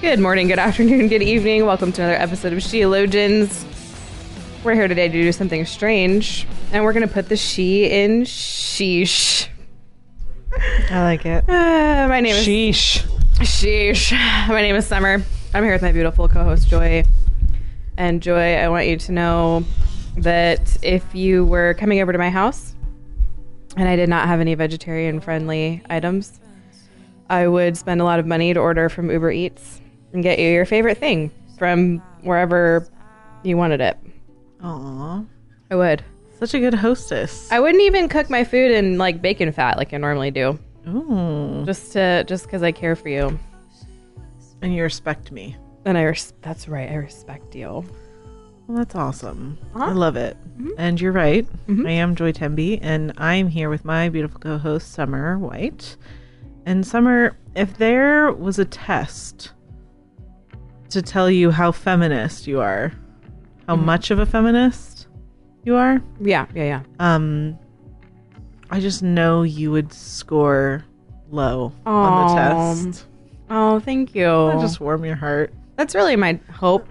Good morning, good afternoon, good evening. Welcome to another episode of Sheologians. We're here today to do something strange, and we're going to put the she in sheesh. I like it. Uh, my name is Sheesh. sheesh. My name is Summer. I'm here with my beautiful co-host Joy. And Joy, I want you to know that if you were coming over to my house and I did not have any vegetarian friendly items, I would spend a lot of money to order from Uber Eats and get you your favorite thing from wherever you wanted it. Aw. I would. Such a good hostess. I wouldn't even cook my food in like bacon fat like I normally do. Ooh. Just to just cuz I care for you. And you respect me. And I res- that's right. I respect you. Well, that's awesome. I love it. And you're right. I am Joy Temby, and I'm here with my beautiful co host, Summer White. And Summer, if there was a test to tell you how feminist you are, how much of a feminist you are, Yeah, yeah, yeah. um, I just know you would score low on the Aw. test. Oh, thank you. That just warm your heart. That's really my hope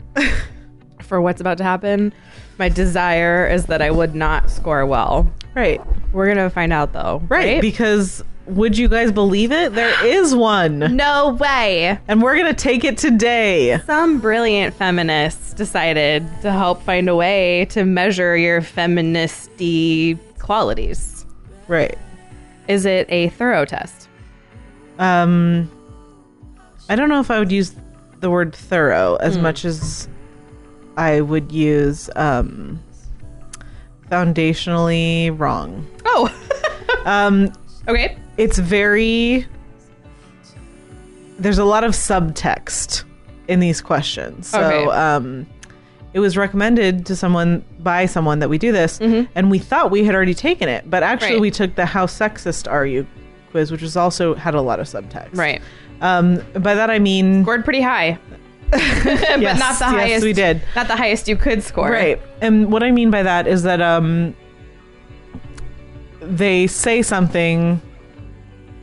for what's about to happen. My desire is that I would not score well. Right. We're gonna find out though, Right. Because would you guys believe it? There is one. no way. And we're going to take it today. Some brilliant feminists decided to help find a way to measure your feministy qualities. Right. Is it a thorough test? Um I don't know if I would use the word thorough as much as I would use um foundationally wrong. Oh. Um okay. it's very there's a lot of subtext in these questions so Okay. um it was recommended to someone by someone that we do this and we thought we had already taken it but actually Mm-hmm. Right. we took the how sexist are you quiz which was also had a lot of subtext Right. um by that i mean Scored pretty high. but Yes, not the yes, highest we did. Not the highest you could score. Right. And what I mean by that is that um they say something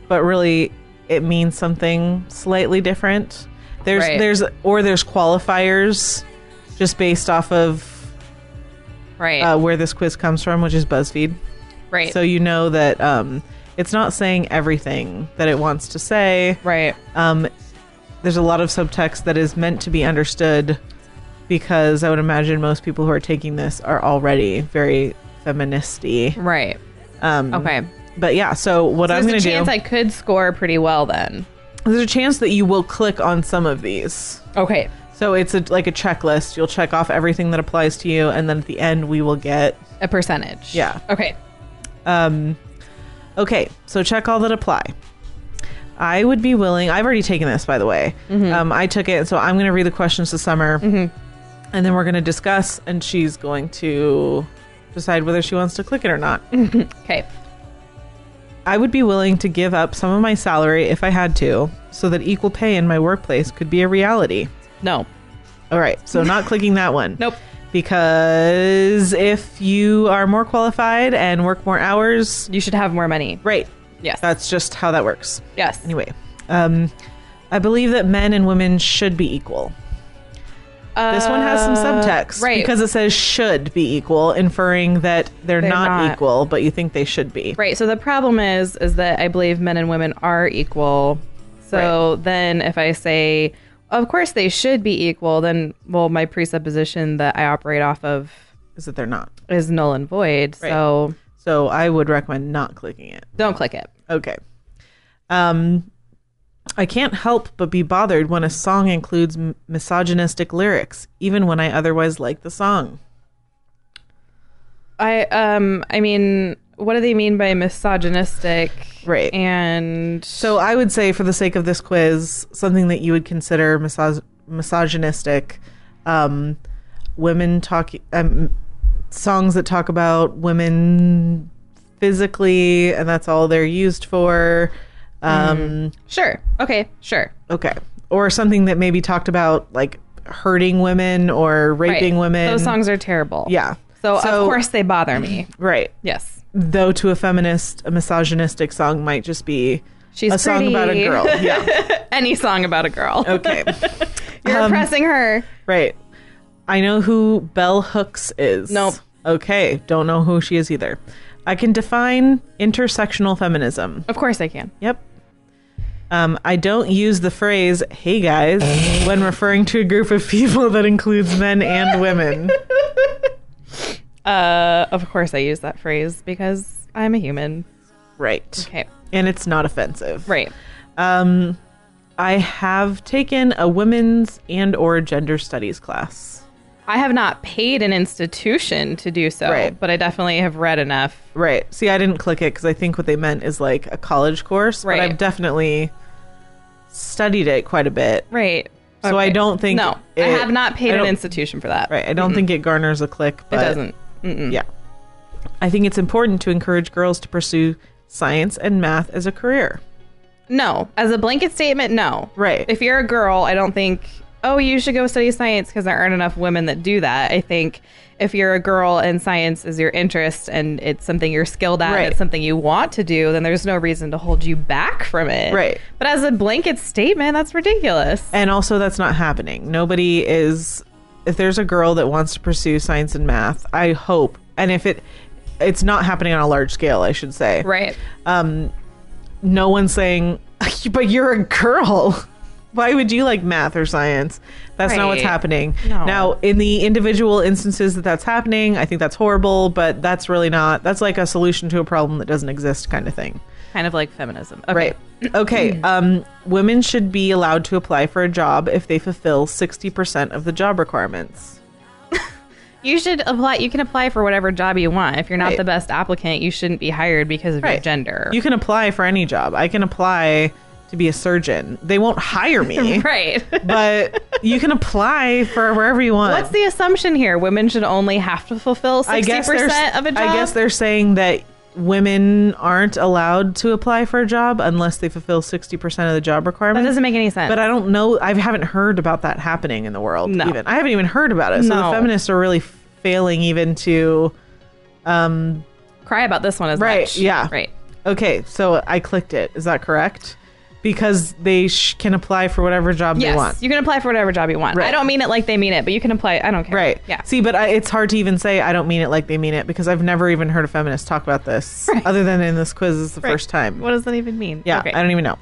but really it means something slightly different. There's Right. there's or there's qualifiers just based off of Right. uh, where this quiz comes from, which is BuzzFeed. right. So you know that um it's not saying everything that it wants to say. right. Um, there's a lot of subtext that is meant to be understood because I would imagine most people who are taking this are already very feministy. Right. Um, Okay. But yeah, so what I'm There's going a to do, chance I could score pretty well then. there's a chance that you will click on some of these. Okay. So it's a, like a checklist. You'll check off everything that applies to you, and then at the end we will get. A percentage. Yeah. Okay. Um, okay, so check all that apply. I would be willing. I've already taken this, by the way. Mm-hmm. Um, I took it, so I'm going to read the questions to Summer, and then we're going to discuss, and she's going to decide whether she wants to click it or not. Mm-hmm. Okay. I would be willing to give up some of my salary if I had to, so that equal pay in my workplace could be a reality. No. All right, so not clicking that one. Nope. Because if you are more qualified and work more hours, You should have more money. right. Yes. That's just how that works. yes. Anyway, um, I believe that men and women should be equal. This one has some Uh, subtext Right. because it says should be equal, inferring that they're, They're not, not. equal, but you think they should be. right. So the problem is, is that I believe men and women are equal. So then, if I say, of course they should be equal, then well, my presupposition that I operate off of Is that they're not? is null and void. Right. So So I would recommend not clicking it. don't click it. Okay. Um, I can't help but be bothered when a song includes m- misogynistic lyrics, even when I otherwise like the song. I um I mean what do they mean by misogynistic? Right. And So I would say, for the sake of this quiz, something that you would consider misog- misogynistic, um, women talk um, songs that talk about women physically, and that's all they're used for. Um, Mm-hmm. sure. Okay. Sure. Okay, or something that maybe talked about like hurting women or Right. raping women. Those songs are terrible. yeah. So, of course they bother me. right. Yes. Though to a feminist, a misogynistic song might just be She's a song about a pretty. girl. Um, Yeah. Any song about a girl. Okay. You're oppressing her. Right. I know who Bell Hooks is. Nope. Okay. Don't know who she is either. I can define intersectional feminism. Of course I can. Yep. Um, I don't use the phrase, hey guys, when referring to a group of people that includes men and women. Uh, of course I use that phrase because I'm a human. Right. Okay. And it's not offensive. Right. Um, I have taken a women's and or gender studies class. I have not paid an institution to do so, Right. but I definitely have read enough. Right. See, I didn't click it because I think what they meant is like a college course, Right. but I've definitely studied it quite a bit. Right. So I don't think No, I it- have not paid I an don't- institution for that. Right. I don't think it garners a click, It but doesn't. Mm-mm. Yeah. I think it's important to encourage girls to pursue science and math as a career. No, as a blanket statement, no. Right. If you're a girl, I don't think, oh, you should go study science because there aren't enough women that do that. I think if you're a girl and science is your interest and it's something you're skilled at, and Right. it's something you want to do, then there's no reason to hold you back from it. Right. But as a blanket statement, that's ridiculous. And also, that's not happening. Nobody is. If there's a girl that wants to pursue science and math, I hope, and if it, it's not happening on a large scale, I should say. Right. um, No one's saying, but you're a girl. Why would you like math or science? That's not what's Right. happening. No. Now, in the individual instances that that's happening, I think that's horrible, but that's really not. That's like a solution to a problem that doesn't exist, kind of thing. Kind of like feminism. Okay. Right. Okay. Um, women should be allowed to apply for a job if they fulfill 60% of the job requirements. You should apply. You can apply for whatever job you want. If you're not Right. the best applicant, you shouldn't be hired because of your Right. gender. You can apply for any job. I can apply to be a surgeon. They won't hire me, right. but you can apply for wherever you want. What's the assumption here? Women should only have to fulfill I sixty guess they're- percent of a job. I guess they're saying that women aren't allowed to apply for a job unless they fulfill 60% of the job that requirements. doesn't make any sense. But I don't know. I haven't heard about that happening in the world. No. Even I haven't even heard about it. So No. the feminists are really failing even to. cry about this one as Right, much. yeah. Right. Okay, so I clicked it. Is that correct? Because they sh- can apply for whatever job Yes, they want. you can apply for whatever job you want. Right. I don't mean it like they mean it, but you can apply. I don't care. right. Yeah. See, but I, it's hard to even say I don't mean it like they mean it because I've never even heard a feminist talk about this other than in this quiz. This is the Right. first time. What does that even mean? Yeah, Okay. I don't even know.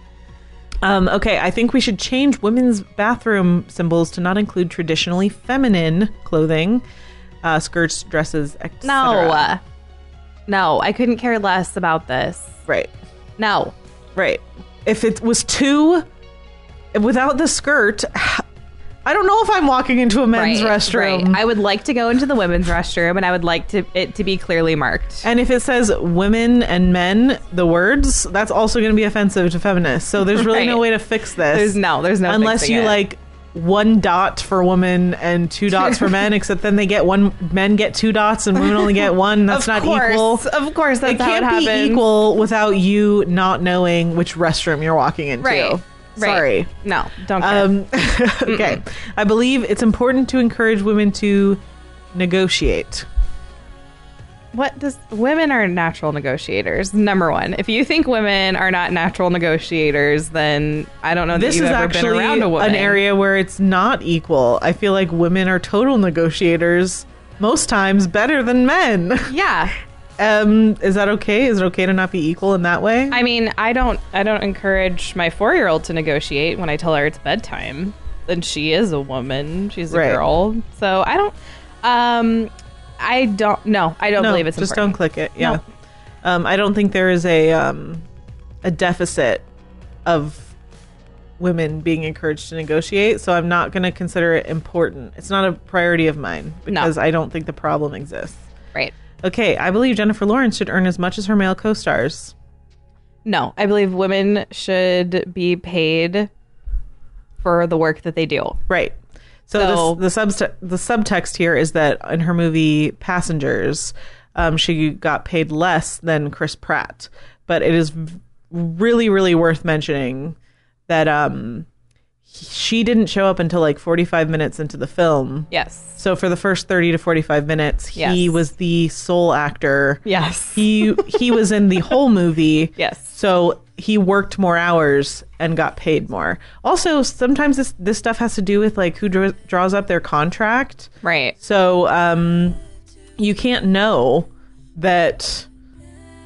Um, okay, I think we should change women's bathroom symbols to not include traditionally feminine clothing, uh, skirts, dresses, etc. no. uh, No, I couldn't care less about this. right, No. right. If it was two without the skirt, I don't know if I'm walking into a men's right, restroom. Right. I would like to go into the women's restroom, and I would like to it to be clearly marked. and if it says women and men, the words, that's also going to be offensive to feminists. So there's really no Right. way to fix this. There's no. There's no. unless fixing you it. like one dot for women and two dots for men except then they get one men get two dots and women only get one that's Of not course. equal Of course, that's it how can't it be happens. equal without you not knowing which restroom you're walking into Right. sorry Right. No. Don't. Care. um, okay i believe it's important to encourage women to negotiate what does women are natural negotiators number one if you think women are not natural negotiators then i don't know that this you've is ever been actually around a woman an area where it's not equal i feel like women are total negotiators most times better than men yeah Um, is that okay? Is it okay to not be equal in that way? i mean i don't i don't encourage my four-year-old to negotiate when i tell her it's bedtime and she is a woman she's a Right. girl so i don't um i don't no i don't no, believe it's just important. don't click it. Yeah. Um, I don't think there is a um, a deficit of women being encouraged to negotiate, so I'm not going to consider it important. It's not a priority of mine because I don't think the problem exists. right Okay, I believe Jennifer Lawrence should earn as much as her male co-stars. No, I believe women should be paid for the work that they do. Right. So, So- this, the subst- the subtext here is that in her movie Passengers, um, she got paid less than Chris Pratt. But it is v- really, really worth mentioning that um, he- she didn't show up until like 45 minutes into the film. Yes. So for the first 30 to 45 minutes, he Yes. was the sole actor. Yes. He he was in the whole movie. Yes. So he worked more hours and got paid more. Also, sometimes this this stuff has to do with like who draws, draws up their contract. Right. So um, you can't know that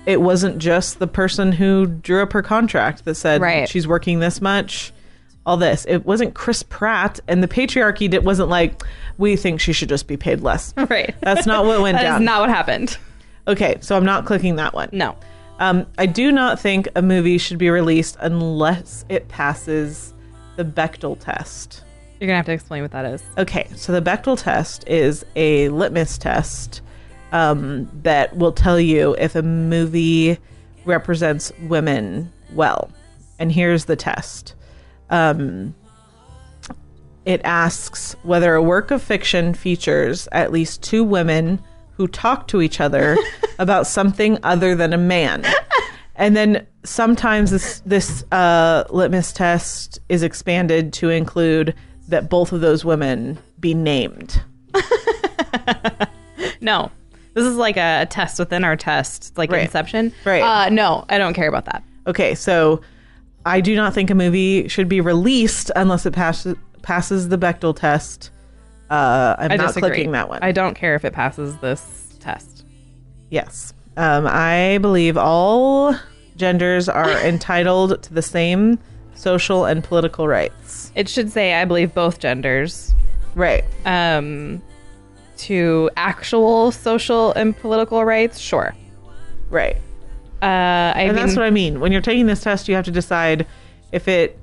it wasn't just the person who drew up her contract that said Right. she's working this much. All this. It wasn't Chris Pratt, and the patriarchy did, wasn't like we think she should just be paid less. Right. That's not what went That is down. not what happened. okay, so I'm not clicking that one. No. Um, I do not think a movie should be released unless it passes the Bechtel test. You're gonna have to explain what that is. Okay, so the Bechtel test is a litmus test um, that will tell you if a movie represents women well. And here's the test um, it asks whether a work of fiction features at least two women who talk to each other about something other than a man. And then sometimes this this uh, litmus test is expanded to include that both of those women be named. No. This is like a test within our test, like Right. Inception. Right. Uh, no, I don't care about that. Okay, so I do not think a movie should be released unless it passes passes the Bechtel test. Uh, I'm I not disagree. clicking that one. I don't care if it passes this test. Yes. Um, I believe all genders are entitled to the same social and political rights. It should say, I believe both genders, Right. um, to actual social and political rights. Sure. Right. Uh, I mean, And that's what I mean. When you're taking this test, you have to decide if it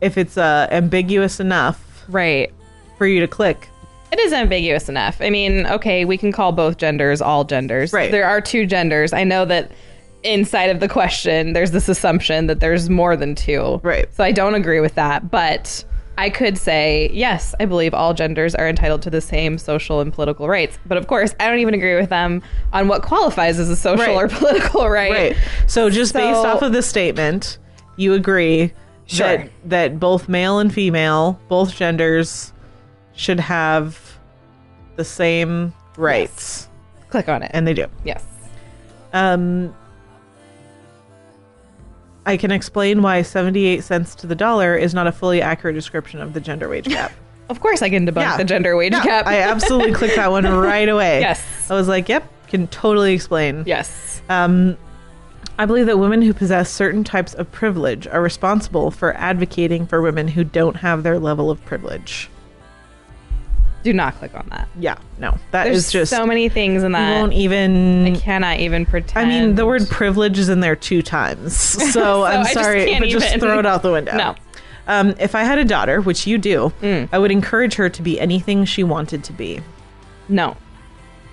if it's uh, ambiguous enough right. for you to click. It is ambiguous enough. I mean, okay, we can call both genders all genders. Right. There are two genders. I know that inside of the question, there's this assumption that there's more than two. Right. So I don't agree with that, but I could say, yes, I believe all genders are entitled to the same social and political rights. But of course, I don't even agree with them on what qualifies as a social Right. or political right. Right. So just based So- off of this statement, you agree Sure. that that both male and female, both genders, should have the same rights, Click on it. and they do. yes. Um, I can explain why 78 cents to the dollar is not a fully accurate description of the gender wage gap. Of course, I can debunk Yeah. the gender wage Yeah, gap. I uh, absolutely clicked that one right away. Yes. I was like, yep, can totally explain. yes. Um, I believe that women who possess certain types of privilege are responsible for advocating for women who don't have their level of privilege. Do not click on that. Yeah, no, that is There's just. so many things in you that. won't even. I cannot even I pretend. mean, the word privilege is in there two times, so, I I'm just sorry, can't but just even. throw it out the window. No. Mm. Um, if I had a daughter, which you do, I would encourage her to be anything she wanted to be. No.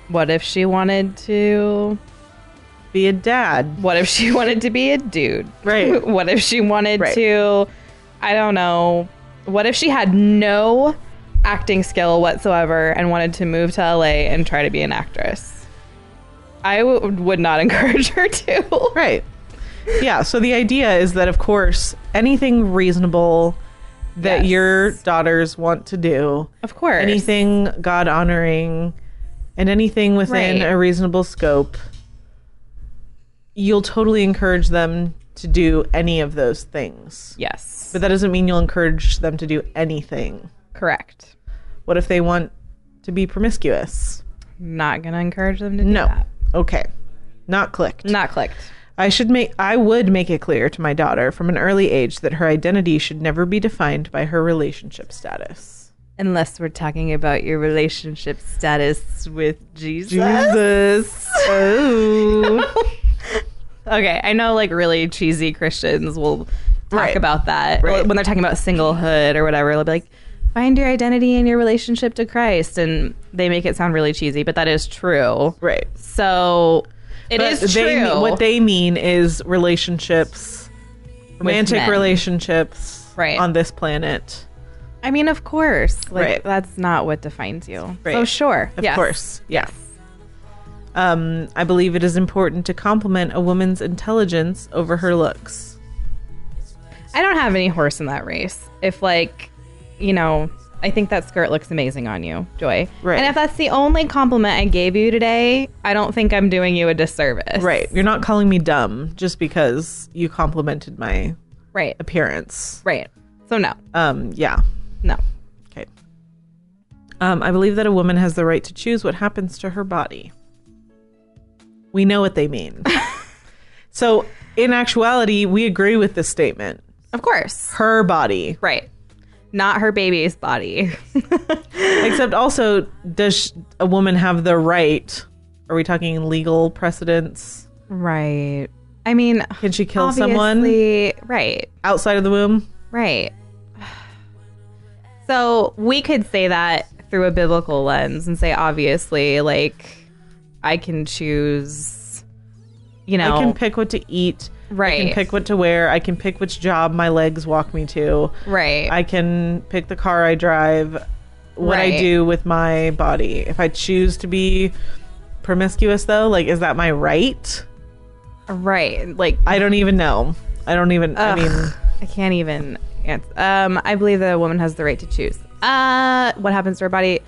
What if she wanted to? Be a dad. What if she wanted to be a dude? Right. what if she wanted Right. to? I don't know. What if she had no acting skill whatsoever and wanted to move to LA and try to be an actress? I w- would not encourage her to. Right. Yeah. So the idea is that, of course, anything reasonable that Yes. your daughters want to do, Of course. anything God honoring, and anything within Right. a reasonable scope, you'll totally encourage them to do any of those things. Yes. But that doesn't mean you'll encourage them to do anything. Correct. What if they want to be promiscuous? Not going to encourage them to do No. that. Okay. Not clicked. Not clicked. I should make I would make it clear to my daughter from an early age that her identity should never be defined by her relationship status. Unless we're talking about your relationship status with Jesus. Jesus. oh. Okay, I know like really cheesy Christians will talk Right. about that Right. when they're talking about singlehood or whatever. They'll be like, find your identity and your relationship to Christ. And they make it sound really cheesy, but that is true. Right. So it But is they, true. What they mean is relationships, romantic men. relationships Right. on this planet. I mean, of course. Like, Right. That's not what defines you. Right. So sure. Of yes. course. Yeah. Um, I believe it is important to compliment a woman's intelligence over her looks. I don't have any horse in that race. If like, you know, I think that skirt looks amazing on you, Joy. Right. And if that's the only compliment I gave you today, I don't think I'm doing you a disservice. Right. You're not calling me dumb just because you complimented my Right. appearance. Right. So no. Um, yeah. No. Okay. Um, I believe that a woman has the right to choose what happens to her body. We know what they mean. so, in actuality, we agree with this statement. Of course. Her body. Right. Not her baby's body. Except also, does sh- a woman have the right? Are we talking legal precedents? right. I mean, Can she kill someone obviously, right. outside of the womb? Right. So we could say that through a biblical lens and say, obviously, like, I can choose, you know, I can pick what to eat. I Right. can pick what to wear. I can pick which job my legs walk me to. right. I can pick the car I drive, what I Right. do with my body. If I choose to be promiscuous, though, like, is that my right? right. Like, I don't even know. I don't even, I Ugh. mean, I can't even answer. Um, I believe that a woman has the right to choose. Uh, what happens to her body?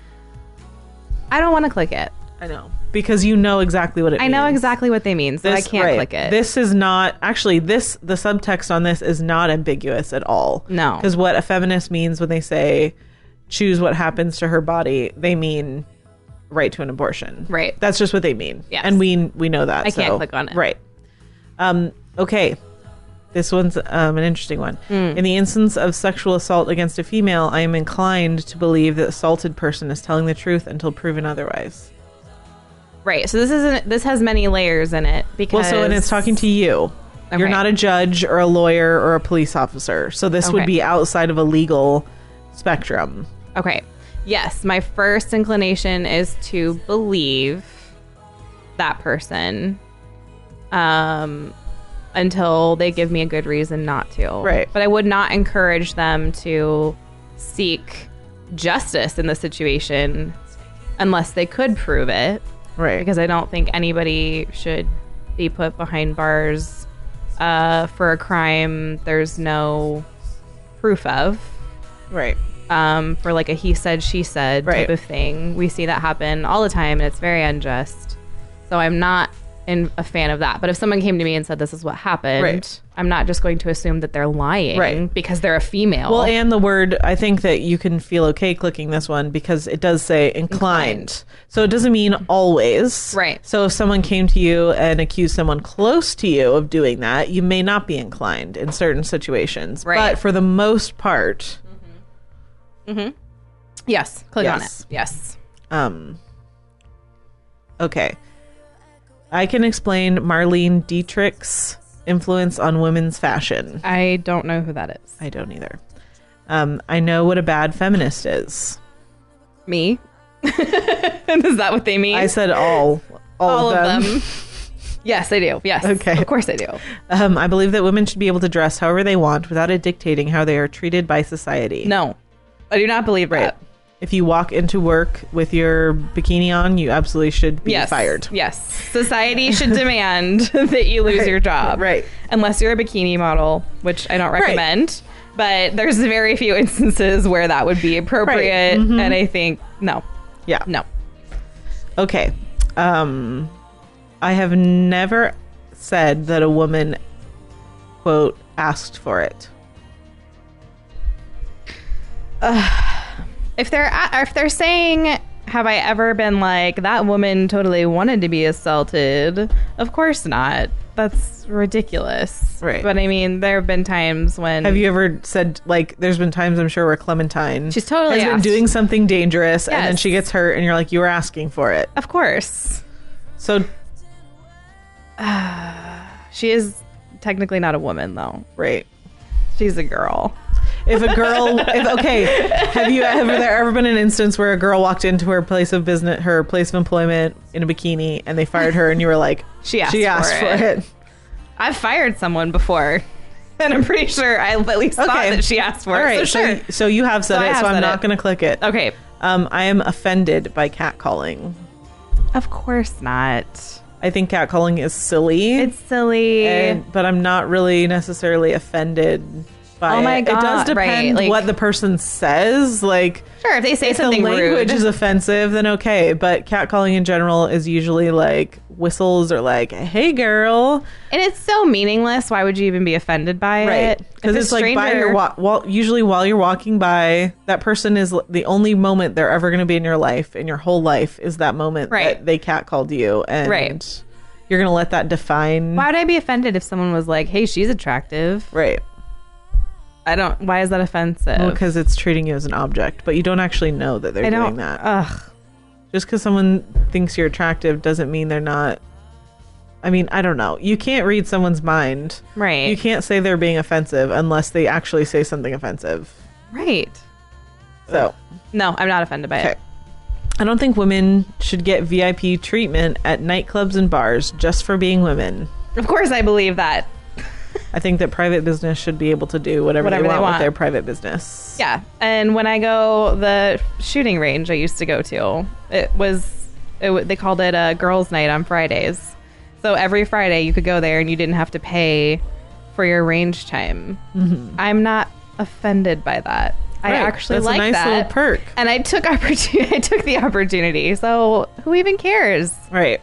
I don't want to click it. I know. Because you know exactly what it I means. know exactly what they mean, so This- I can't right. click it. This is not, actually, this, the subtext on this is not ambiguous at all. No. Because what a feminist means when they say choose what happens to her body, they mean right to an abortion. Right. That's just what they mean. Yes. And we we know that. I can't so- click on it. Right. Um, okay. This one's um, an interesting one. Hmm. In the instance of sexual assault against a female, I am inclined to believe the assaulted person is telling the truth until proven otherwise. right. So this isn't. This has many layers in it because Well, so and it's talking to you. You're Okay. not a judge or a lawyer or a police officer, so this would Okay. be outside of a legal spectrum. Okay. Yes, my first inclination is to believe that person um, until they give me a good reason not to. Right. But I would not encourage them to seek justice in the situation unless they could prove it, Right. because I don't think anybody should be put behind bars uh, for a crime there's no proof of right. um, for like a he said she said Right. type of thing. We see that happen all the time, and it's very unjust. So I'm not in a fan of that. But if someone came to me and said this is what happened, Right. I'm not just going to assume that they're lying Right. because they're a female. Well, and the word, I think that you can feel okay clicking this one because it does say inclined. So it doesn't mean always. Right. So if someone came to you and accused someone close to you of doing that, you may not be inclined in certain situations. Right. But for the most part, yes, click on Yes. it. Yes. um, okay. I can explain Marlene Dietrich's influence on women's fashion. I don't know who that is. I don't either. Um, I know what a bad feminist is. Me? is that what they mean? I said all. All, all of them. yes, I do. Yes. Okay. Of course I do. Um, I believe that women should be able to dress however they want without it dictating how they are treated by society. No. Uh, I do not believe that. If you walk into work with your bikini on, you absolutely should be yes. fired. Yes. Society should demand that you lose your job. right. Unless you're a bikini model, which I don't recommend. But there's very few instances where that would be appropriate. And I think, no, Yeah. no. Okay. Um, I have never said that a woman, quote, asked for it. If they're, a- if they're saying, have I ever been like, that woman totally wanted to be assaulted? Of course not. That's ridiculous. Right. But I mean, there have been times when. Have you ever said like? There's been times I'm sure where Clementine She's totally has been asked. doing something dangerous, and then Yes. she gets hurt, and you're like, you were asking for it. Of course. So She is technically not a woman, though. right. She's a girl. if a girl, if, okay, have you ever there ever been an instance where a girl walked into her place of business, her place of employment in a bikini, and they fired her, and you were like, She asked she for asked for, it." it. I've fired someone before, and I'm pretty sure I at least thought Okay. that she asked for All it. right, so sure. so, so you have said So I it, have so I'm said not it. going to click it. okay. Um, I am offended by catcalling. Of course not. I think catcalling is silly. It's silly. and- but I'm not really necessarily offended by Oh my it. it does God, right, depend like- what the person says. Like sure, if they say if the something language rude, is offensive, then okay. But catcalling in general is usually like whistles or like, "Hey, girl," and it's so meaningless. Why would you even be offended by it? If Because a it's like by stranger- your wa- while, usually while you're walking by, that person is l- the only moment they're ever going to be in your life in your whole life is that moment Right. that they catcalled you, and Right. you're going to let that define Why would I be offended if someone was like, "Hey, she's attractive"? right. I don't. Why is that offensive? because it's treating you as an object, but you don't actually know that they're Oh. I doing don't. uh, that. Ugh. Just because someone thinks you're attractive doesn't mean they're not. I mean, I don't know. You can't read someone's mind. Right. You can't say they're being offensive unless they actually say something offensive. Right. So, No, I'm not offended by okay. it. I don't think women should get VIP treatment at nightclubs and bars just for being women. Of course, I believe that. I think that private business should be able to do whatever, Whatever they they, want with want. their private business. Yeah. And when I go the shooting range I used to go to, it was it, wa- they called it a girls' night on Fridays. So every Friday you could go there and you didn't have to pay for your range time. I'm not offended by that. I Mm-hmm. Right. actually That's a like nice that. little perk. And I took opportunity. I took the opportunity. So who even cares? Right.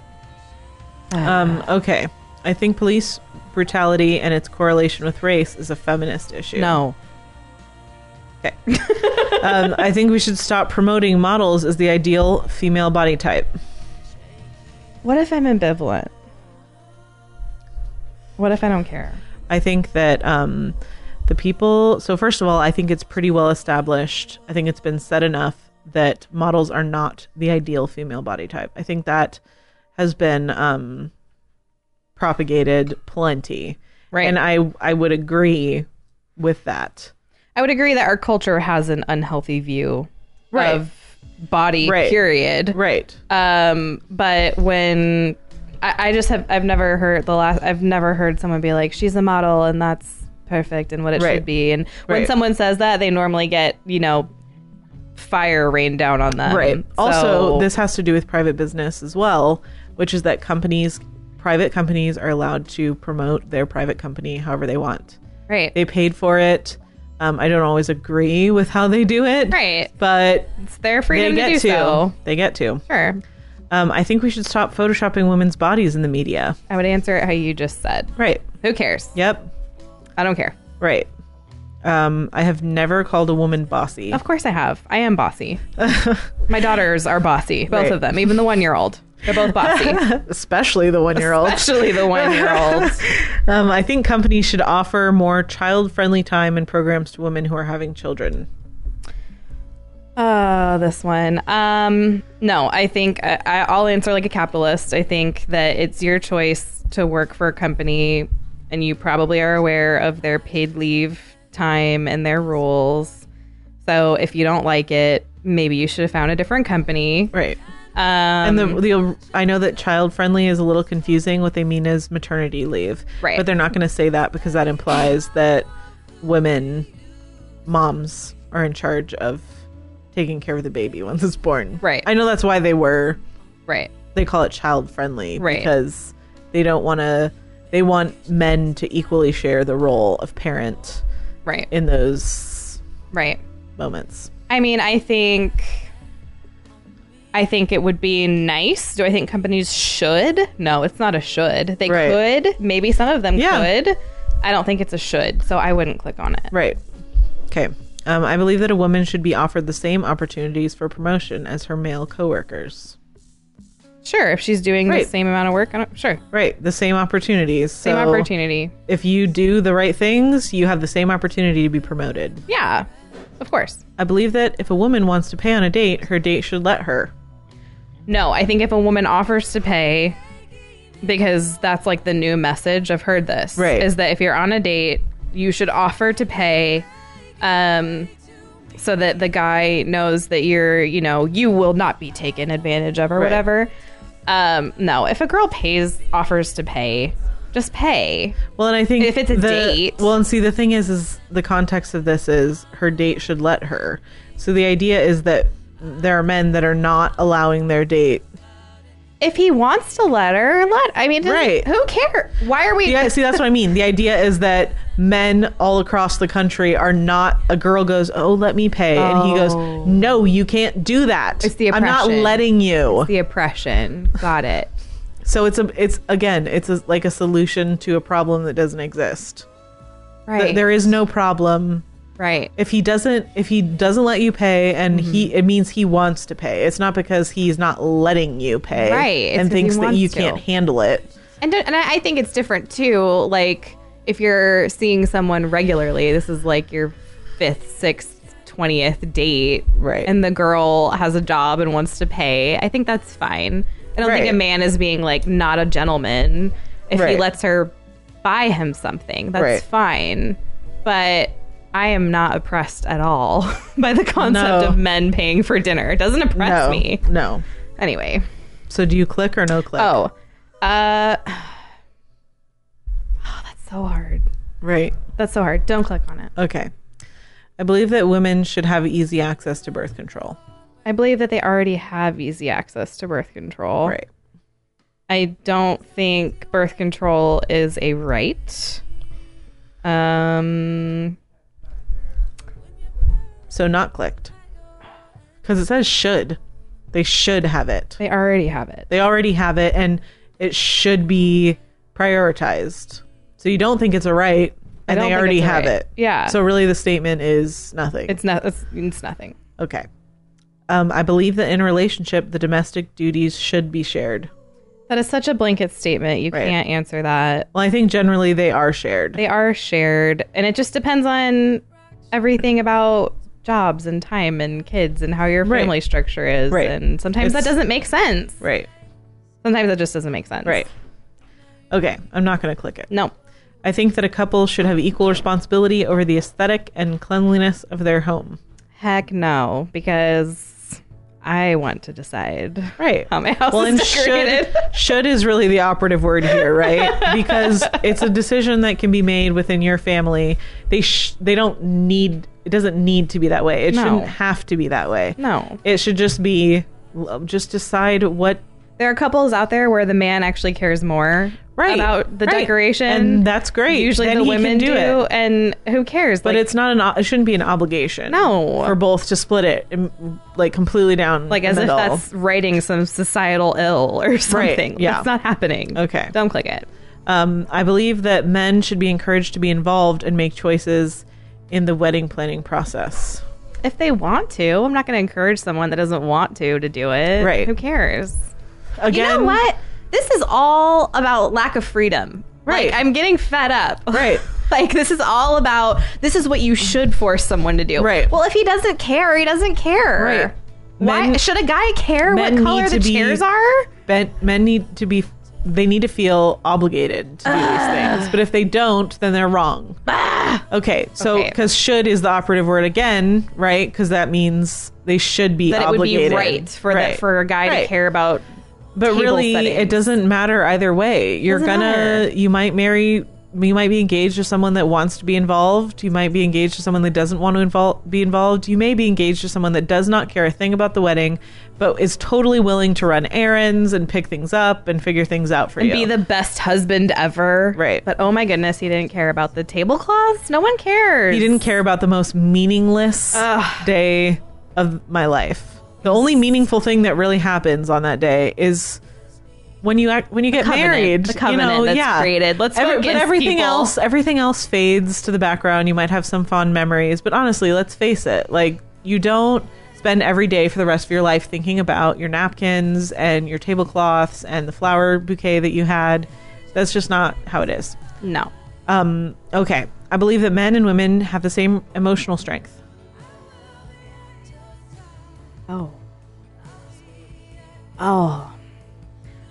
Uh. Um, okay. I think police brutality and its correlation with race is a feminist issue. No. Um, I think we should stop promoting models as the ideal female body type. What if I'm ambivalent? What if I don't care? I think that um, the people. So, first of all, I think it's pretty well established. I think it's been said enough that models are not the ideal female body type. I think that has been um, propagated plenty. Right. And I, I would agree with that. I would agree that our culture has an unhealthy view Right. of body Right. period. Right. Um, but when I, I just have I've never heard the last I've never heard someone be like, She's a model and that's perfect and what it Right. should be. And when Right. someone says that they normally get, you know, fire rained down on them. Right. also, So- this has to do with private business as well, which is that companies, private companies, are allowed to promote their private company however they want. Right. They paid for it. Um, I don't always agree with how they do it, Right. But it's their they freedom get to do to. so. They get to. Sure. Um, I think we should stop photoshopping women's bodies in the media. I would answer it how you just said. Right. Who cares? Yep. I don't care. Right. Um, I have never called a woman bossy. Of course I have. I am bossy. My daughters are bossy, both Right. of them, even the one year old. They're both bossy, Especially the one-year-old. especially the one year old. Um, I think companies should offer more child friendly time and programs to women who are having children. Oh, this one. Um, no, I think I, I- I'll answer like a capitalist. I think that it's your choice to work for a company, and you probably are aware of their paid leave time and their rules. So if you don't like it, maybe you should have found a different company. Right. Um, And the, the I know that child friendly is a little confusing. What they mean is maternity leave. Right. But they're not going to say that because that implies that women, moms, are in charge of taking care of the baby once it's born. Right. I know that's why they were right. they call it child friendly Right. because they don't want to they want men to equally share the role of parent Right. in those right. moments. I mean, I think I think it would be nice. Do I think companies should? No, it's not a should. They Right. could. Maybe some of them Yeah. could. I don't think it's a should, so I wouldn't click on it. Right. Okay. Um, I believe that a woman should be offered the same opportunities for promotion as her male coworkers. Sure, if she's doing Right. the same amount of work, I don't, sure, Right. The same opportunities. same So opportunity. If you do the right things, you have the same opportunity to be promoted. Yeah, of course. I believe that if a woman wants to pay on a date, her date should let her. No, I think if a woman offers to pay, because that's like the new message. I've heard this Right. is that if you're on a date, you should offer to pay um, so that the guy knows that you're, you know, you will not be taken advantage of or Right. whatever. Um, no, if a girl pays, offers to pay, just pay. Well, and I think If it's a the- date. Well, and see, the thing is, is the context of this is her date should let her. So the idea is that there are men that are not allowing their date. If he wants to let her, let. I mean, it doesn't- Right. Who cares? Why are we? Yeah, see, that's what I mean. The idea is that men all across the country are not. A girl goes, "Oh, let me pay," and he goes, Oh. "No, you can't do that. It's the I'm not oppression. letting you." the oppression. Got it. so it's a, it's again, it's a, like a solution to a problem that doesn't exist. Th- Right. There is no problem right. if he doesn't if he doesn't let you pay and Mm-hmm. he it means he wants to pay it's not because he's not letting you pay Right, it's and 'cause he thinks that wants you to. can't handle it And don't- and I, I think it's different too. Like if you're seeing someone regularly, this is like your fifth, sixth, twentieth date, Right. And the girl has a job and wants to pay. I think that's fine. I don't think Right. a man is being like not a gentleman if he Right. lets her buy him something. That's Right. fine. But I am not oppressed at all by the concept No. of men paying for dinner. It doesn't oppress no me. no Anyway. so do you click or no click Oh. Uh Oh, that's so hard. right That's so hard. Don't click on it. okay i believe that women should have easy access to birth control I believe that they already have easy access to birth control. right I don't think birth control is a right. Um so not clicked because it says should they should have it they already have it. they already have it and it should be prioritized so you don't think it's a right and don't they think already it's a have right. it Yeah. so really the statement is nothing It's not it's, it's nothing. okay um, i believe that in a relationship the domestic duties should be shared That is such a blanket statement. You Right. can't answer that. well i think generally they are shared They are shared, and it just depends on everything about jobs and time and kids and how your Right. family structure is. Right. And sometimes that It's- doesn't make sense. right Sometimes that just doesn't make sense. right okay i'm not going to click it No. i think that a couple should have equal responsibility over the aesthetic and cleanliness of their home Heck no, because I want to decide. Right. How my house is decorated. should should is really the operative word here, right? because it's a decision that can be made within your family. They sh- they don't need it doesn't need to be that way. It No. shouldn't have to be that way. No. It should just be l- just decide what There are couples out there where the man actually cares more Right. about the Right. decoration. And that's great. Usually Then the he can women do do, it. and who cares? but it's not an o- it shouldn't be an obligation. No. For both to split it um, like completely down like the as if middle. that's writing some societal ill or something. yeah. That's not happening. Okay. Don't click it. Um, I believe that men should be encouraged to be involved and make choices in the wedding planning process. if they want to. I'm not going to encourage someone that doesn't want to to do it. Right. Who cares? Again, You know what? This is all about lack of freedom. Right. Like, I'm getting fed up. Right. like this is all about this is what you should force someone to do. Right. Well, if he doesn't care, he doesn't care. Right. Why er, Men- should a guy care what men color need the to be- chairs are? Ben, men need to be they need to feel obligated to do Ah. these things but if they don't then they're wrong okay so Okay. because should is the operative word again right because that means they should be That it would obligated be right for Right. that for a guy to Right. care about. but table really it settings. doesn't matter either way you're Doesn't gonna matter. you might marry you might be engaged to someone that wants to be involved. You might be engaged to someone that doesn't want to invol- be involved. You may be engaged to someone that does not care a thing about the wedding, but is totally willing to run errands and pick things up and figure things out for you. Be the best husband ever. Right. But oh my goodness, he didn't care about the tablecloths. No one cares. He didn't care about the most meaningless Ugh. day of my life. The only meaningful thing that really happens on that day is when you act, when you get covenant. married. The covenant you know, that's yeah. created. Let's but focus, everything people. else, everything else fades to the background. You might have some fond memories, but honestly, let's face it: like you don't spend every day for the rest of your life thinking about your napkins and your tablecloths and the flower bouquet that you had. That's just not how it is. No. Um, okay. I believe that men and women have the same emotional strength. Oh. Oh.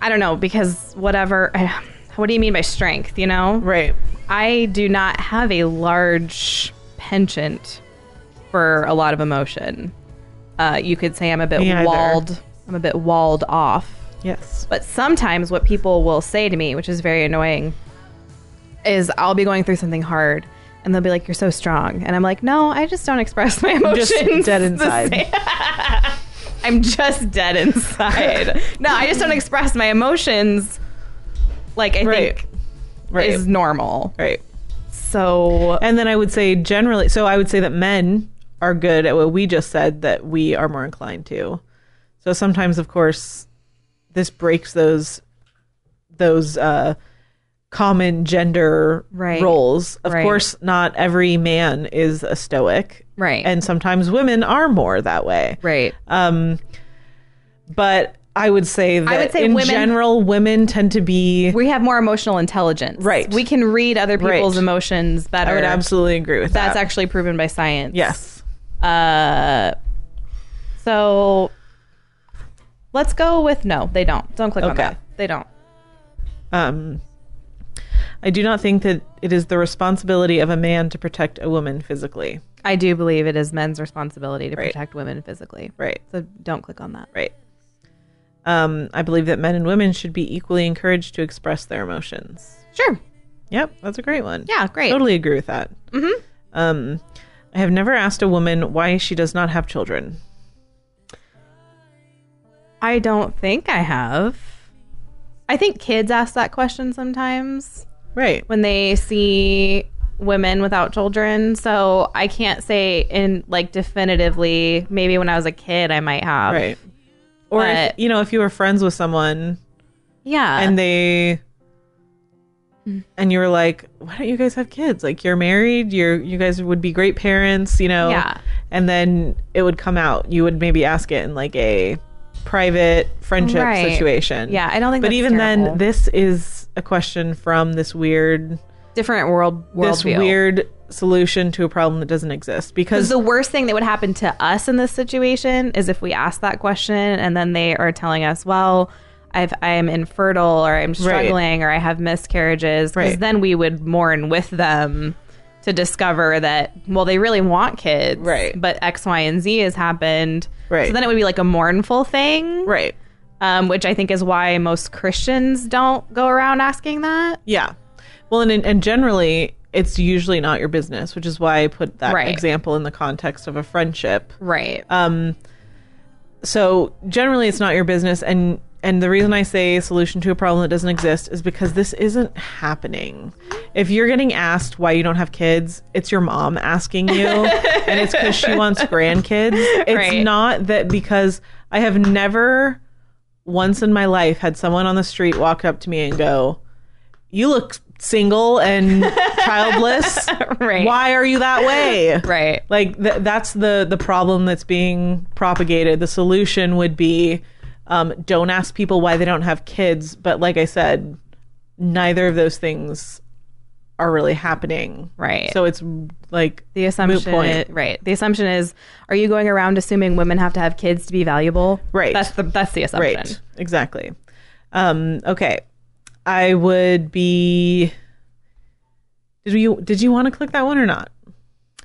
I don't know because whatever. What do you mean by strength? You know, Right. I do not have a large penchant for a lot of emotion. Uh, you could say I'm a bit Me either. walled. I'm a bit walled off Yes. but sometimes what people will say to me, which is very annoying, is I'll be going through something hard and they'll be like, You're so strong. And I'm like, No, I just don't express my emotions. just dead the inside. same." I'm just dead inside. no, I just don't express my emotions like I Right. think Right. is normal. right. So And then I would say generally, so I would say that men are good at what we just said that we are more inclined to. So sometimes, of course, this breaks those those uh, common gender Right. roles. Of Right. course, not every man is a stoic, Right. And sometimes women are more that way, Right. Um, but I would say that would say in women- general, women tend to be. we have more emotional intelligence. Right. We can read other Right. people's emotions better. I would absolutely agree with That's that. actually proven by science. yes. Uh, so let's go with no. They don't. Don't click on Okay. that. They don't. Um, I do not think that it is the responsibility of a man to protect a woman physically. I do believe it is men's responsibility to Right. protect women physically. Right. So don't click on that. Right. Um, I believe that men and women should be equally encouraged to express their emotions. Sure. Yep, that's a great one. Yeah, great. Totally agree with that. Mm-hmm. Um, I have never asked a woman why she does not have children. I don't think I have. I think kids ask that question sometimes Right. when they see women without children. So I can't say in like definitively, maybe when I was a kid, I might have. Right. Or if, But- you know, if you were friends with someone Yeah. and they Mm. and you were like why don't you guys have kids like you're married you're you guys would be great parents you know Yeah. and then it would come out you would maybe ask it in like a private friendship Right. situation yeah. I don't think but that's even terrible. then this is a question from this weird different world worldview. this weird solution to a problem that doesn't exist Because because the worst thing that would happen to us in this situation is if we ask that question and then they are telling us, well, I've, I'm infertile or I'm struggling or I have miscarriages. Because Right. then we would mourn with them to discover that, well, they really want kids. Right. But X, Y, and Z has happened. Right. So then it would be like a mournful thing. right Um, which I think is why most Christians don't go around asking that. Yeah. Well, and and generally, it's usually not your business, which is why I put that Right. example in the context of a friendship. Right. Um, so generally, it's not your business, and and the reason I say solution to a problem that doesn't exist is because this isn't happening. If you're getting asked why you don't have kids, it's your mom asking you, and it's because she wants grandkids. It's Right. not that because I have never once in my life had someone on the street walk up to me and go, "You look single and childless. right. Why are you that way?" Right. Like th- that's the the problem that's being propagated. The solution would be um, don't ask people why they don't have kids, but like I said, neither of those things are really happening. Right. So it's like The assumption, point. right? The assumption is: Are you going around assuming women have to have kids to be valuable? Right. That's the that's the assumption. Right. Exactly. Um, okay. I would be. Did you did you want to click that one or not?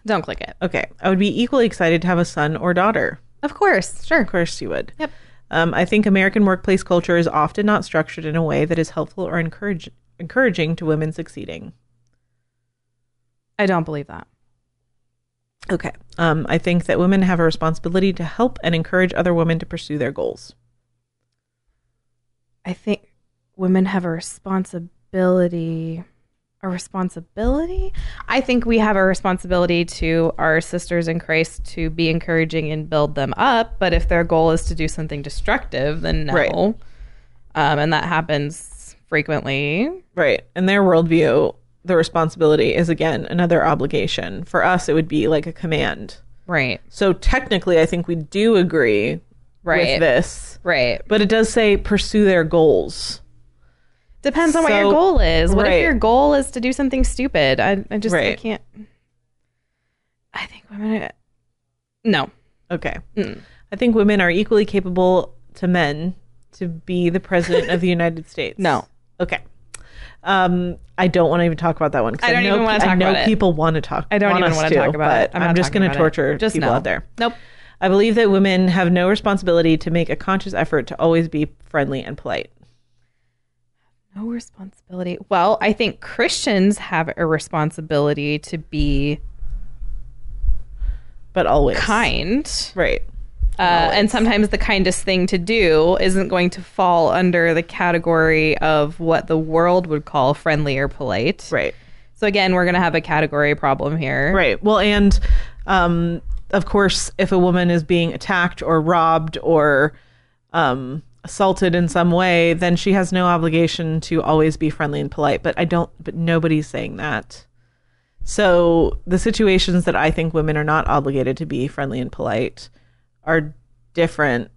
Don't click it. Okay. I would be equally excited to have a son or daughter. Of course, sure. Of course you would. Yep. Um, I think American workplace culture is often not structured in a way that is helpful or encourage, encouraging to women succeeding. I don't believe that. Okay. Um, I think that women have a responsibility to help and encourage other women to pursue their goals. I think women have a responsibility. A responsibility? I think we have a responsibility to our sisters in Christ to be encouraging and build them up. But if their goal is to do something destructive, then no. Right. Um, and that happens frequently. Right. In their worldview, the responsibility is again another obligation. For us, it would be like a command. Right. So technically, I think we do agree Right. with this, Right. but it does say pursue their goals. Depends on what your So- goal is. What right. if your goal is to do something stupid? I, I just I Right. can't. I think women. Are, no, Okay. Mm. I think women are equally capable to men to be the president of the United States. No. Okay. Um, I don't want to even talk about that one. 'cause I don't know, even wanna pe- I talk know about it. people want to talk. I don't want even want want to talk about it. But not I'm just talking going to about it. torture Just people no. out there. Nope. I believe that women have no responsibility to make a conscious effort to always be friendly and polite. No responsibility. Well, I think Christians have a responsibility to be But always kind. Right. Uh, and sometimes the kindest thing to do isn't going to fall under the category of what the world would call friendly or polite. Right. So again, we're going to have a category problem here. Right. Well, and um, of course, if a woman is being attacked or robbed or um, assaulted in some way, then she has no obligation to always be friendly and polite. But I don't. But nobody's saying that. So the situations that I think women are not obligated to be friendly and polite are different.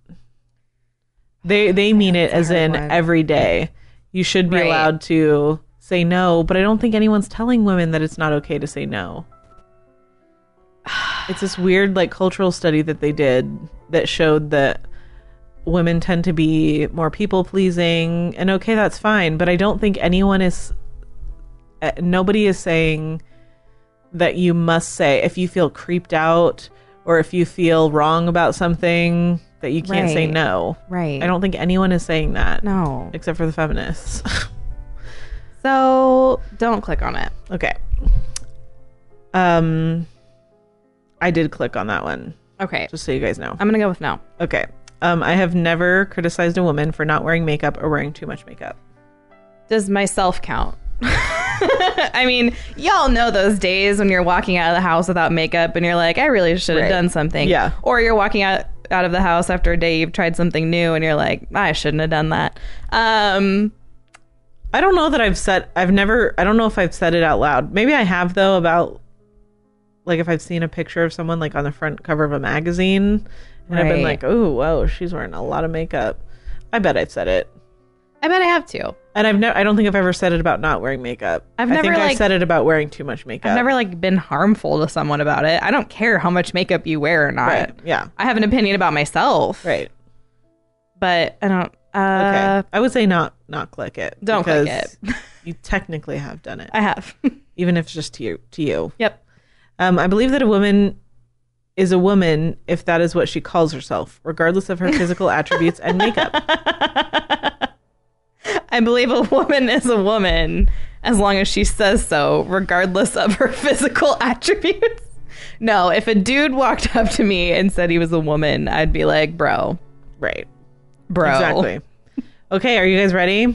They they mean it as in every day. You should be Right. allowed to say no, but I don't think anyone's telling women that it's not okay to say no. It's this weird like cultural study that they did that showed that women tend to be more people pleasing and okay that's fine, but I don't think anyone is uh, nobody is saying that you must say if you feel creeped out or if you feel wrong about something that you can't say Right. no. Right. I don't think anyone is saying that. know. Except for the feminists. So don't click on it. okay. Um I did click on that one, Okay. just so you guys know. I'm going to go with no. Okay. Um I have never criticized a woman for not wearing makeup or wearing too much makeup. Does myself count? I mean, y'all know those days when you're walking out of the house without makeup and you're like, I really should have Right. done something. Yeah. Or you're walking out out of the house after a day you've tried something new and you're like, I shouldn't have done that. Um, I don't know that I've said I've never I don't know if I've said it out loud. Maybe I have though about like if I've seen a picture of someone like on the front cover of a magazine and I've been Right. like, "Oh, whoa, she's wearing a lot of makeup." I bet I've said it. I bet I have to. And I've never I don't think I've ever said it about not wearing makeup. I've I never, think like- I've said it about wearing too much makeup. I've never like been harmful to someone about it. I don't care how much makeup you wear or not. right. Yeah. I have an opinion about myself. Right. But I don't Okay. uh I would say not not click it. don't click because you technically have done it. I have. Even if it's just to you to you. yep. Um, I believe that a woman is a woman if that is what she calls herself, regardless of her physical attributes and makeup. I believe a woman is a woman as long as she says so, regardless of her physical attributes. No, if a dude walked up to me and said he was a woman, I'd be like, bro, Right. bro. Exactly. Okay, are you guys ready?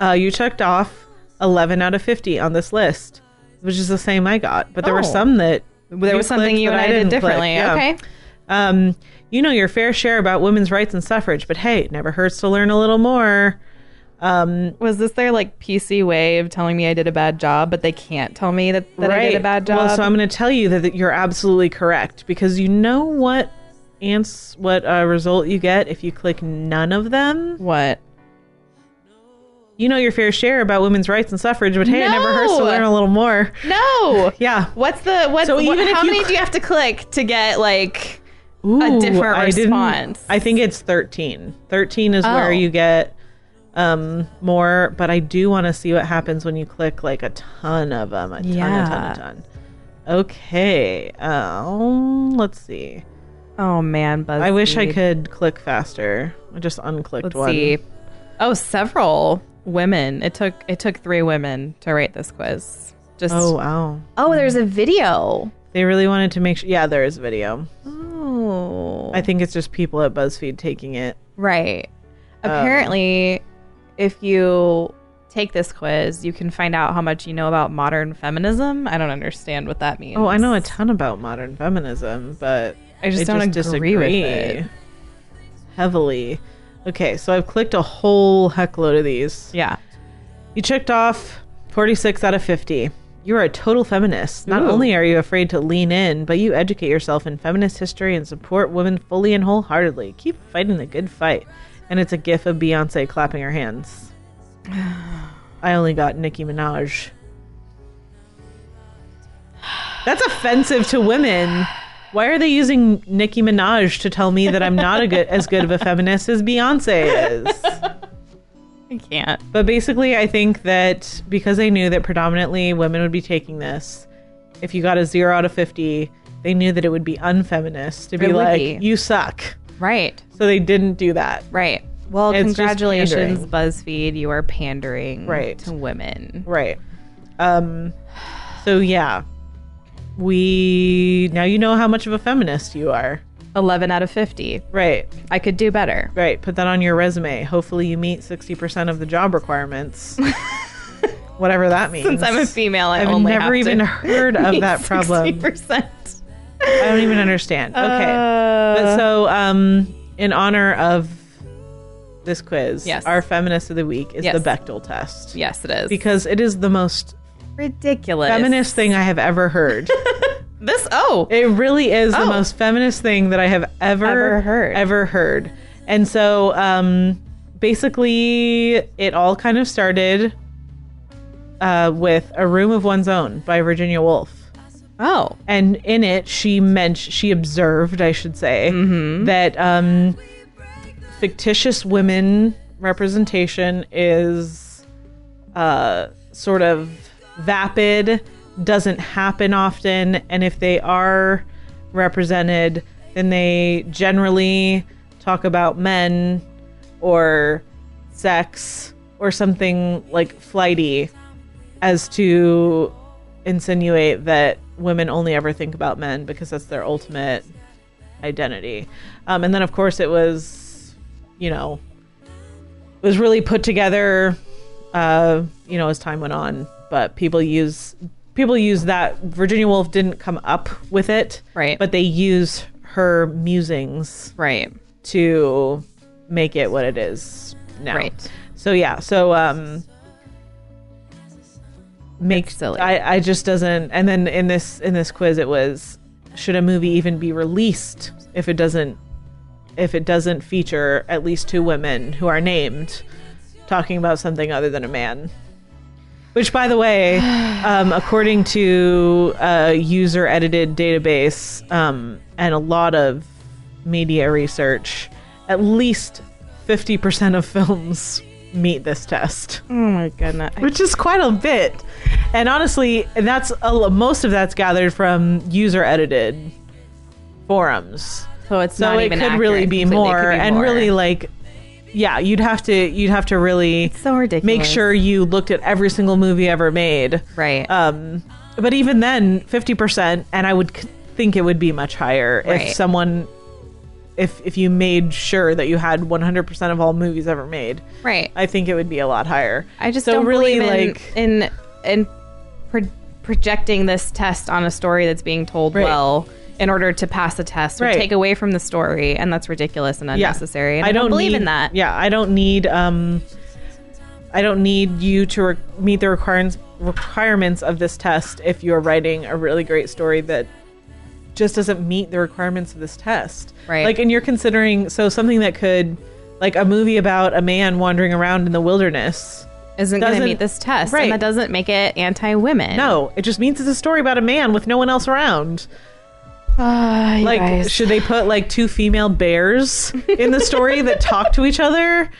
Uh, you checked off 11 out of 50 on this list, which is the same I got, but there Oh. were some that There was something clicked you that and I, didn't did click. differently. Yeah. Okay. Um, you know your fair share about women's rights and suffrage, but hey, it never hurts to learn a little more. Um, Was this their like PC way of telling me I did a bad job, but they can't tell me that, that I did a bad job? Well, so I'm going to tell you that, that you're absolutely correct because you know what ans what uh, result you get if you click none of them. what? You know your fair share about women's rights and suffrage, but hey, it never hurts to No! learn a little more. No. Yeah. What's the what's So what, even if how you many cl- do you have to click to get like Ooh, different didn't- response. I think it's 13. 13 is Oh. where you get um more, but I do want to see what happens when you click like a ton of them, a ton, a ton, Yeah. a ton. Okay. Um, let's see. Oh man, Buzz. I wish I could click faster. I just unclicked Let's one. see. Oh, several women. It took it took three women to rate this quiz. Just Oh oh, wow. there's a video. They really wanted to make sure yeah, there is video. Oh, I think it's just people at BuzzFeed taking it. right. Oh. Apparently, if you take this quiz, you can find out how much you know about modern feminism. I don't understand what that means. Oh, I know a ton about modern feminism, but I just don't agree with it. Heavily. Okay, so I've clicked a whole heckload of these. Yeah. You checked off 46 out of 50. You're a total feminist. Not Ooh. only are you afraid to lean in, but you educate yourself in feminist history and support women fully and wholeheartedly. Keep fighting the good fight. And it's a gif of Beyonce clapping her hands. I only got Nicki Minaj. That's offensive to women. Why are they using Nicki Minaj to tell me that I'm not a good as good of a feminist as Beyonce is? I can't. But basically, I think that because they knew that predominantly women would be taking this, if you got a zero out of 50, they knew that it would be unfeminist to be would like, be. you suck. Right. So they didn't do that. Right. Well, It's just congratulations, pandering. BuzzFeed. You are pandering Right. to women. Right. Um, so, yeah. We now you know how much of a feminist you are. 11 out of 50. Right, I could do better. right. Put that on your resume. Hopefully, you meet 60% of the job requirements. Whatever that means. Since I'm a female, I I've only never have to even heard of meet that problem. 60%. I don't even understand. Okay. Uh, But so, um, in honor of this quiz, Yes. our feminist of the week is Yes. the Bechtel test. Yes, it is. Because it is the most ridiculous. feminist thing I have ever heard. This oh. it really is the Oh. most feminist thing that I have ever, Ever heard. Ever heard. And so, um, basically, it all kind of started uh, with "A Room of One's Own" by Virginia Woolf. oh. and in it she mentioned she observed i should say that um fictitious women representation is uh sort of vapid doesn't happen often and if they are represented then they generally talk about men or sex or something like flighty as to insinuate that women only ever think about men because that's their ultimate identity. Um, and then, of course, it was, you know, it was really put together, uh, you know, as time went on. But people use people use that Virginia Woolf didn't come up with it, Right. But they use her musings Right. to make it what it is now. Right. So yeah. So um, makes silly. I I just doesn't. And then in this in this quiz, it was should a movie even be released if it doesn't if it doesn't feature at least two women who are named talking about something other than a man. Which, by the way, um, according to a user edited database um, and a lot of media research, at least 50% of films meet this test, Oh my goodness. I- which is quite a bit. And honestly, that's a, lo- most of that's gathered from user edited forums So it's so not it even could accurate really be completely. It could more and really like yeah you'd have to you'd have to really so ridiculous. make sure you looked at every single movie ever made Right. um but even then 50% and i would c- think it would be much higher Right. if someone if if you made sure that you had 100% of all movies ever made right. i think it would be a lot higher I just so don't really believe in, like in in pro- projecting this test on a story that's being told Right. well in order to pass the test or Right. take away from the story, and that's ridiculous and Yeah. unnecessary. And I, don't, believe need, in that. Yeah, I don't need um, I don't need you to re- meet the requirements requirements of this test if you're writing a really great story that just doesn't meet the requirements of this test. Right. Like, and you're considering so something that could like a movie about a man wandering around in the wilderness. Isn't going to Doesn't- meet this test, Right. and that doesn't make it anti-women. No, it just means it's a story about a man with no one else around. Ah, you Like, guys. should they put like two female bears in the story that talk to each other?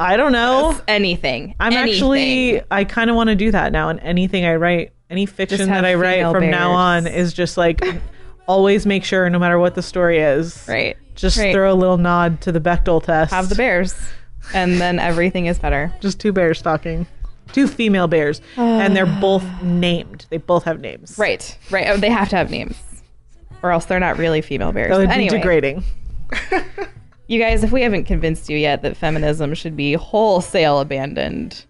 I don't know. anything. I'm Anything. actually I kind of want to do that now and anything I write, any fiction have that I write female from now bears. on is just like always make sure no matter what the story is. right. Just Right. throw a little nod to the Bechtel test. have the bears, and then everything is better. Just two bears talking. Two female bears and they're both named. They both have names. Ah. Right. Right. Oh, they have to have names, or else they're not really female bears. That would anyway, be degrading. You guys, if we haven't convinced you yet that feminism should be wholesale abandoned,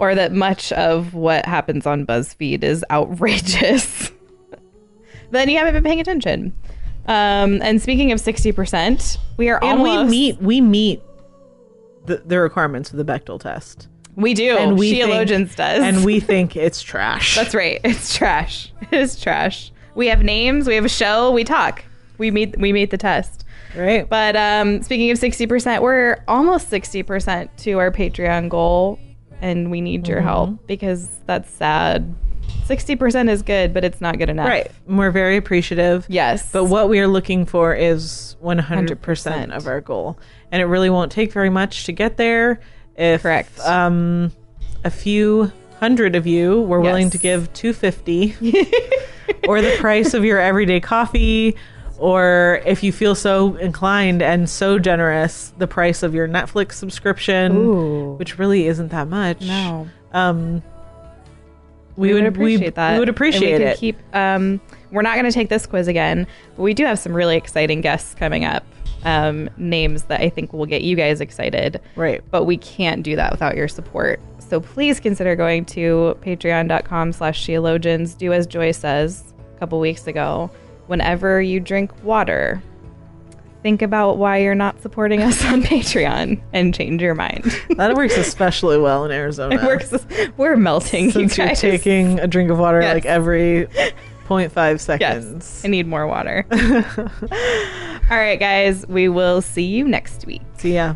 or that much of what happens on BuzzFeed is outrageous, then you haven't been paying attention. Um, and speaking of sixty percent, we are And almost we meet we meet the, the requirements of the Bechtel test. we do And we think- theologians does And we think it's trash. That's right. It's trash. It is trash. We have names. We have a show. We talk. We meet. We meet the test. right. But um, speaking of sixty percent, we're almost sixty percent to our Patreon goal, and we need Mm-hmm. your help because that's sad. Sixty percent is good, but it's not good enough. right. And We're very appreciative. Yes. But what we are looking for is 100%, 100%. of our goal. And it really won't take very much to get there. If Correct. um, a few hundred of you were willing Yes. to give two fifty, or the price of your everyday coffee, or if you feel so inclined and so generous, the price of your Netflix subscription, Ooh. which really isn't that much. No. Um, we, we would we- appreciate that. We would appreciate and we can it. Keep. Um, we're not going to take this quiz again, but we do have some really exciting guests coming up. Um, names that I think will get you guys excited. Right. But we can't do that without your support. So please consider going to patreon.com slash theologians. Do as Joy says a couple weeks ago. Whenever you drink water, think about why you're not supporting us on Patreon and change your mind. that works especially well in Arizona. it works. We're melting, since you you're guys. taking a drink of water Yes. like every 0.5 seconds. Yes. I need more water. All right, guys. We will see you next week. So yeah.